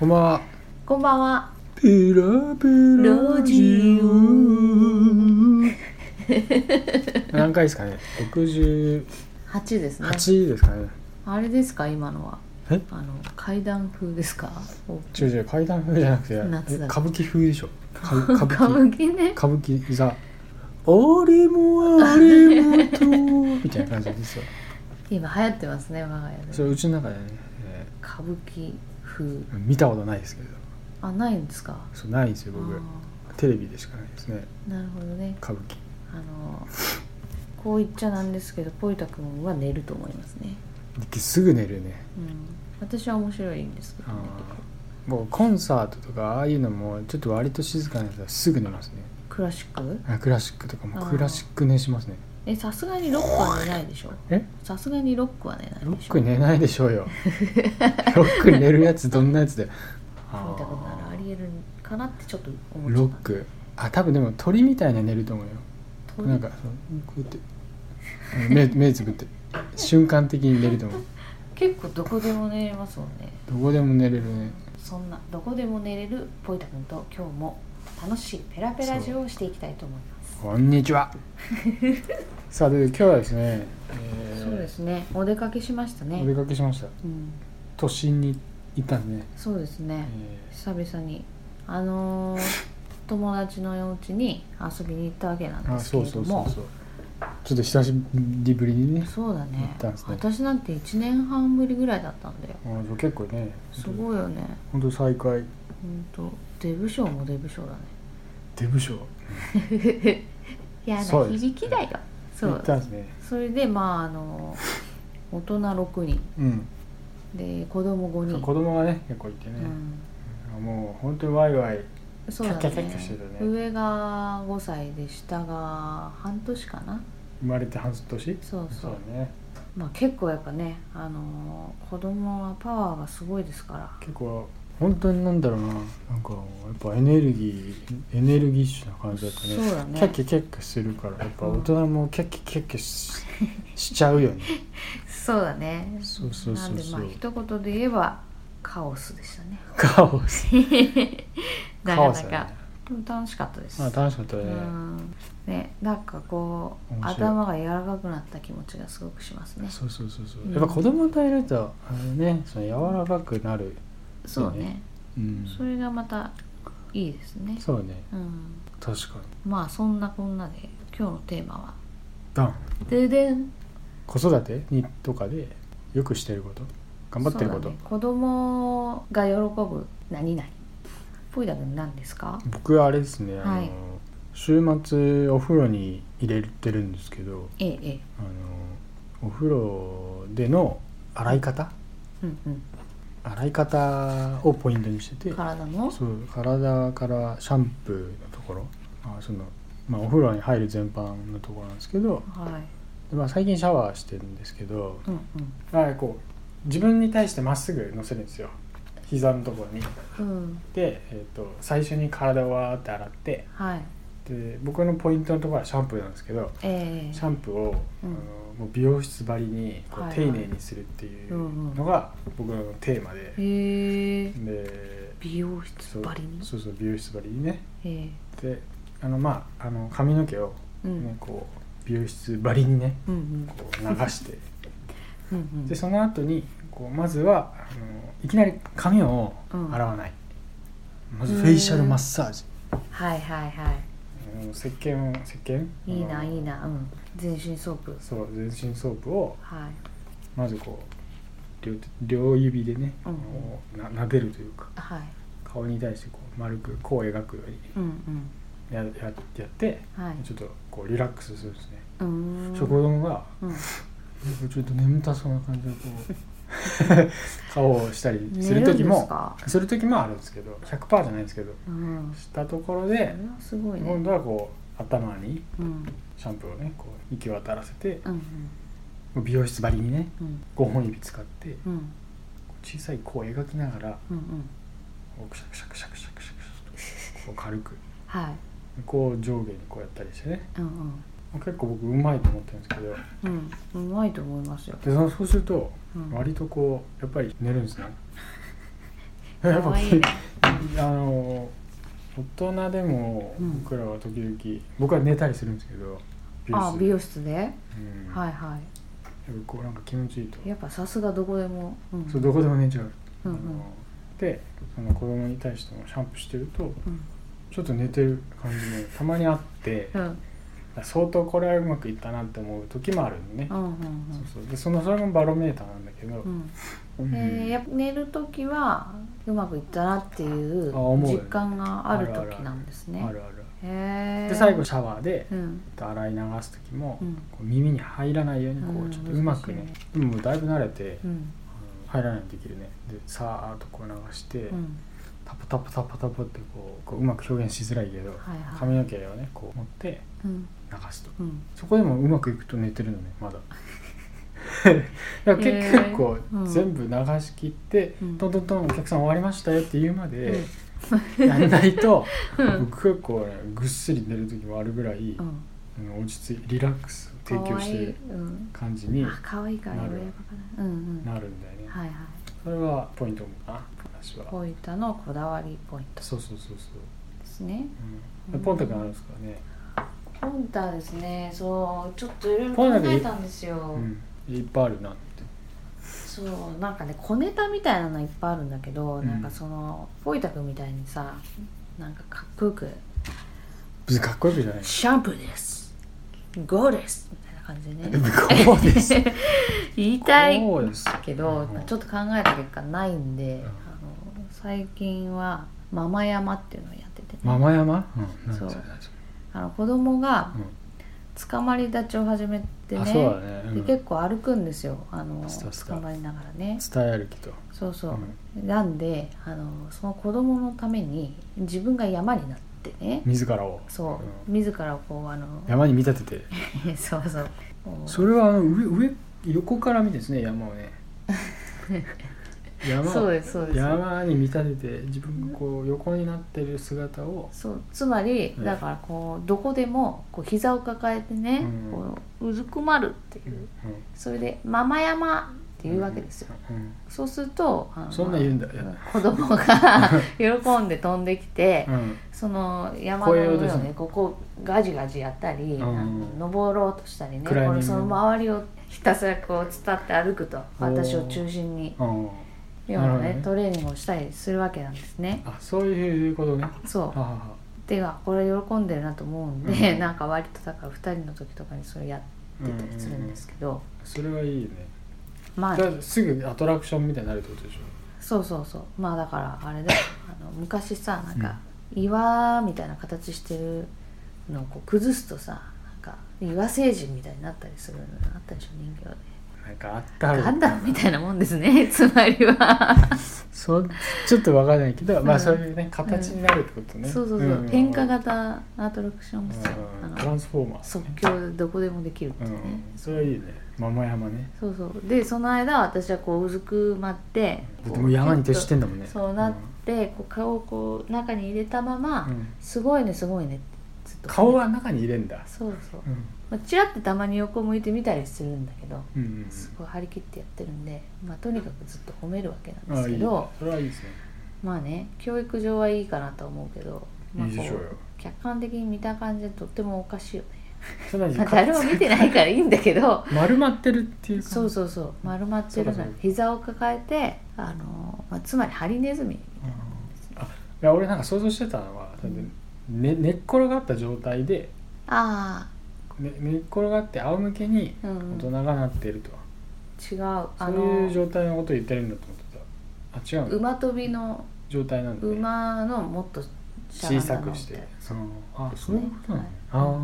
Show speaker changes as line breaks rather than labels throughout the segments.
こんばんは。
こんばんは。
ペラペラジオ。何回ですかね。六十
八ですね。
八ですかね。
あれですか今のは。
え
あの階段風ですか。お
違う違う階段風じゃなくて
夏だ
歌舞伎風でし ょ。歌舞歌
歌
舞
舞
伎
伎ね。
歌舞伎座。あれもあれも とみたいな感じですよ。
今流行ってますね我が家
そ
で。
れうちの中でね、え
歌舞伎風。
ー見たことないですけど、
あないんですか。
そうないんですよ
あ
僕。テレビでしかないですね。
ーなるほどね。
歌舞伎。
あのこう言っちゃなんですけどポイタ君は寝ると思いますね。
すぐ寝るね。
うん。私は面白いんですけど
あ
ね。
ー僕コンサートとかああいうのもちょっと割と静かなやつはすぐ寝ますね
クラシック？
あクラシックとかも
あー
クラシック寝しますね
えさすがにロックは寝ないでしょ。
え
さすがにロックは寝ないでしょ。
ロック寝ないでしょう よロック寝るやつどんなやつで
ポイタ君ならありえるかなってちょっと思っちゃ
ロ
っ
ッ
た。
クあ多分でも鳥みたいな寝ると思うよ
鳥
なんかそうこうやって目 目つぶって瞬間的に寝ると思う
結構どこでも寝れますもんね
どこでも寝れるね
そんなどこでも寝れるポイタ君と今日も楽しいペラペラジオをしていきたいと思います
こんにち はさあで今日はですね、えー
そうですねお出かけしました
お出
ね、
かけしました
うん、
都心に行ったんでね、
そうですね
えー
久々にあのー友達のお家に遊びに行ったわけなん
あ
ですけ
そ
れ
うそ
ど
うそ
も
うそうちょっと久しぶりにね
そうだ
行
ね
ったんですね
私なんて1年半ぶりぐらいだったんだよ
あそう結構ね
すごいよね
本当再会
ほんとデブ賞もデブ賞だね
デブ賞
嫌な
そうです
響きだよそ
行
う
ったんですね
それでまああの大人6人
うん
で子供5人
子供がね結構いてね
う、ん、
もう本当にワイワイ
そうだ
キャ
ね
ッキャッキャッキャしてるね
上が5歳で下が半年かな
生まれて半年
そうそう
ね
まあ結構やっぱねあの子供はパワーがすごいですから
結構本当になんだろうななんかやっぱエネルギーエネルギッシュな感じだったね
そうだね
キャッキャキャッキャするからやっぱ大人もキャッキャキャッキャししちゃうよね
そうだね
そうそうそうそう
なんでまあ一言で言えばカオスでしたね
カオス
な
カ
か
オス
な
だ
か
ね、
でも楽しかったです
まあ楽しかったね、
うんね、なんかこう
面白い
頭が柔らかくなった気持ちがすごくしますね
そうそうそうそう、
うん
やっぱ子供といるとあのねその柔らかくなる、
そう
そうね
ね
うん、
それがまたいいですね
そうね
うん
確かに
まあそんなこんなで今日のテーマは
ダン
「ででん
子育てにとかでよくしてること頑張ってるこ
そ
と、
うだね子供が喜ぶ何々ぽいだくん何ですか
僕はあれですね、あの
はい
週末お風呂に入れてるんですけど
ええええ
あのお風呂での洗い方
うん
洗い方をポイントにしてて
うん体の
そう体からシャンプーのところあその、まあ、お風呂に入る全般のところなんですけど、
はい
でまあ、最近シャワーしてるんですけど
うん
あこう自分に対してまっすぐ乗せるんですよ膝のところに
うんうん
で、えー、と最初に体をわーって洗って
はい
で僕のポイントのところはシャンプーなんですけど
ええ
シャンプーを、
うん
あのもう美容室ばりにこ
は
う
い
丁
はい
寧にするっていうのが僕のテーマで、
へえ
で
美容室
そう
ばりに
そうそう美容室ばりにね
え
であのまああの髪の毛を、
えう
ね
ん
こう美容室ばりにね
うんうん
こう流して
うんうん
でその後にこうまずはあのいきなり髪を洗わない、まずフェイシャルマッサージ
はいはいは
うん石鹸を石鹸
いいい
あ
な
の
いいなうん全身ソープ
そう全身ソープを
はい
まずこう両手両指でね、
うん
こうな撫でるというか
はい
顔に対してこう丸くこう描くように
うん
やややって
うんはい
ちょっとこうリラックスするんですね、
うーん
食堂が
うん
なんかちょっと眠たそうな感じでこう顔をしたりする時
寝んです
も
か
する時もあるんですけど100%じゃないんですけど
うん
したところ
それ
で
はすごいね
今度はこう頭に
うん
シャンプーをねこう行き渡らせて
うん
美容室ばりにね
うん
5本指使って
うんうん
小さい弧を描きながら
うんうん
こうクシャクシャクシャクシャクシャクシャとこう軽く
はい
こう上下にこうやったりしてね
うん
結構僕うまいと思ってるんですけど
うんうんうまいと思いますよ、
でそのそうすると
うん、
割とこうやっぱり寝るんですねやっ
可
ぱ
愛いね
あの大人でも
うん
僕らは時々、僕は寝たりするんですけど
あ美容室で、
うん
は
や
いは
っぱこうなんか気持ちいいと
いやっぱさすがどこでも、うん、
そうどこでも寝ちゃう、
うんうん
あのでその子供に対してもシャンプーしてると
うん
ちょっと寝てる感じもたまにあって
うん
相当これはうまくいったなって思う時もあるのね、
うん
そうそうでそのそれもバロメーターなんだけど、
うん
う
うん
ん
えーやっぱ寝る時はうまくいったなっていう
あ思う
実感がある
あるあるあ
時
る
なんです
あ
ね
るある
へえ
で最後シャワーで
うん
洗い流す時も、
うん
こう耳に入らないようにこ
う
うんちょっとうまくね、でももうだいぶ慣れて、
うん
あの入らないとできるねでさーっとこう流して、
うん
タポタポタポタポってこうこううまく表現しづらいけど、
はいはい
髪の毛をねこう持って
うん
流すと
うん
そこでもうまくいくと寝てるのねま だだから結,、
へー
構
うん
全部流し切って、
うん
トントントンお客さん終わりましたよって言うまでやんないと、
うん
僕はこう、ね、ぐっすり寝る時もあるぐらい、う
うん
ん落ち着いリラックスを提供して
可愛い
る
うん
感じに
あ可愛いから
な
親
る
バカだうんうん
なるんだよね、
はいはい
それはポイントかな私は
ポイタのこだわりポイント
そうそうそうそう、
ですね
うん、ポンタ君あるんですかね、
ポンタですねそうちょっといろいろ
ポン
考
タでいい
えたんですよ、
うん、いっぱいあるなって
そうなんかね小ネタみたいなのいっぱいあるんだけど、
うん
なんかそのポイタ君みたいにさなんかかっこよく
別にかっこよくじゃな
「
い
シャンプーですゴーです」みたいな感じ でね
向こうです
言いたい
そうです
けどちょっと考えた結果ないんで、
うん
あの最近は「ママ山」っていうのをやってて、ね、
ママ山うんなん
そう
だなんだ
あの子供が
うん
捕まり立ちを始めてね,、
あそうだね、う
で
ん、伝
結構歩くんですよあの
そうっすか
捕まりながらね
え歩きと
そうそう、なんであのその子供のために自分が山になってね
自らを
そうう自らをこうあの
山に見立てて
そうそうこう
それはあの上上横から見てですね山 をね山を
そうですそうです
山に見立てて自分がこう横になってる姿を
そうつまり
うん
だからこうどこでもこう膝を抱えてね、
うん
こううずくまるっていううん
うん
それで「ママ山」っていうわけですよ、
うん
そうするとあの
そんなん言うんだ
子供 が喜んで飛んできて、
うん
その山の
紅
上
葉
を
で
ね
すね
ここガジガジやったり、
ん
あの登ろうとしたりね
クライミン
こ
グ
れその周りをひたすらこう伝って歩くと
おー
私を中心に
うん
ような
なるほど
ね
ね
トレーニングをしたりするわけなんですね。
あそういうことね
そ
は
う
はは
ではこれ喜んでるなと思うんで、
うん
なんか割とだから2人の時とかにそれやってたりするんですけど、
それはいいよね
まあ
だからすぐアトラクションみたいになるってことでしょ
そうそうそうまあだからあ れだよあの昔さなんか岩みたいな形してるのをこう崩すとさなんか岩星人みたいになったりするのあったでしょ人形で
なんかあった
ガンダムみ
い
たいなもんで すねつまりは、
そうちょっとわからないけど、ま
う
あ
ん
そういうね形になるってことね、
そうそうそう、
ん
変化、型アトラクションですよ
う
あ
ん
の
トランスフォーマーズね、
即興でどこでもできるって
う
い
ん
うね、
それはいいね桃山ね
そうそうでその間私はこううずくまって
でも山に徹して
ん
んだもんね
そうなってこう顔をこう中に入れたまま、
うんうん
すごいねすごいねってずっと
顔は中に入れんだ
そうそう
うん
まあ、チラッとたまに横向いてみたりするんだけど
うん
すごい張り切ってやってるんで、まあ、とにかくずっと褒めるわけなん
うん
で
あ
す
い
け
い
ど
ねそれはいいですね
まあね教育上はいいかなとは思うけど、まあ、
いいでしょうよ
客観的に見た感じでとってもおかしいよね、
そんなに
まあ、誰も見てないからいいんだけど
丸まってるっていうか
そうそうそう丸まっ
そ
てる
う
の
かそうか
膝を抱えてあの、まあ、つまりハリネズミ
うんあいや俺なんか想像してたのはだってね寝っ転がった状態で、
あ
ね、寝っ転がって仰向けに
あうん
大
うん
人がなっていると、
違うあ
そういう
の
状態のことを言ってるんだと思ってたあ違うの
馬跳びの
状態なんだ、ね、
馬のもっとしゃが
小
んだ
さ
の
く
み
した
い
て
な
そのあ
です
そうい
ね
うことなのね、
はい
あ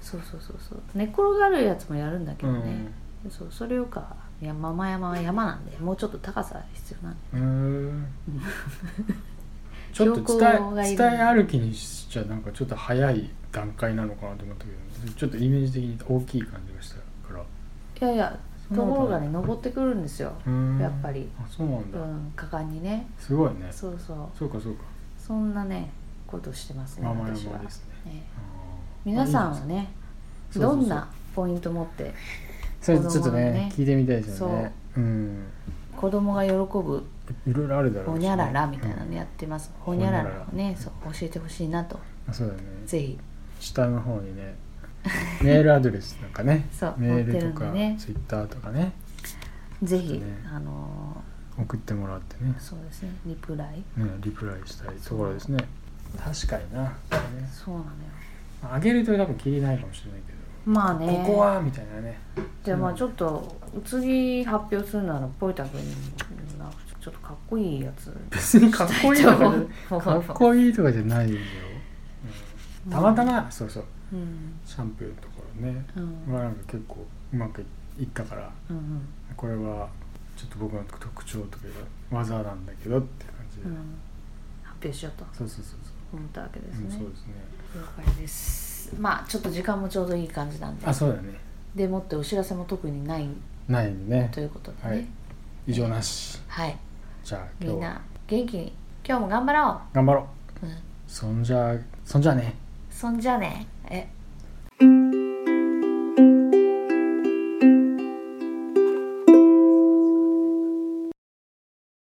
そうそうそうそう寝転がるやつもやるんだけ
あう
ど
ん
ね、そうそれよりかいやママ山は山なんでもうちょっと高さ必要なんで
うーんちょっと伝
情報がい
え
る
伝え歩きにしちゃなんかちょっと早い段階なのかなと思ったけどちょっとイメージ的に大きい感じがしたから
いやいや
そんな
と
ことない
ころがね登ってくるんですよ、
うーん
やっぱり
あそうなん
う
だ、
ん、果敢にね
すごいね
そうそう
そうかそうか
そんなねことしてますね
ママ
私は
山ですね
ね
あー
皆さん
あ
は
いいで
ね
すね
ど
そう
ん
そうそう
なポイント持って
それちょっと
子供の
ね
ね
聞いてみたいですよねうん
子供が喜ぶ
いろいろあるだろ
ほ
う
にゃらら
うん
みたいなのやってます、ほにゃららをねそう教えてほしいなと
あそうだね
ぜひ
下の方にねメールアドレスなんかね
そう
メールと
載
か
ってるんでね
ツイッターとかね
ぜひ、
ね
あの
送ってもらってね
ーそうですねリプライ
ねリプライしたいところですね確かにな、ね
そうなのよ
あげると多分切りないかもしれないけど、
まあね
ここはみたいなね
じゃあまあちょっと次発表するならポイタ君がちょっとかっこいいやつ
別にかっこいいとか じゃかっ
いい、
こいいとかじゃないよ、うんたまたま、そうそう
うん
シャンプーのところね、
うん
まあなんか結構うまくいったから
うん
これはちょっと僕の特徴というか技なんだけどって感じで、
うん、発表しようと
そうそうそうそ
思ったわけで
う、
す
うん、
ね
そうですね
了解ですまあちょっと時間もちょうどいい感じなんで
あそうだね
でもってお知らせも特にない
ないんでね
ということで
はい
ね
異常なし
はい、
じゃあ
み
今
ん
日は
な元気に今日も頑張ろ
頑張ろう
う、うん、
そんじゃそんじゃね
そんじゃねえ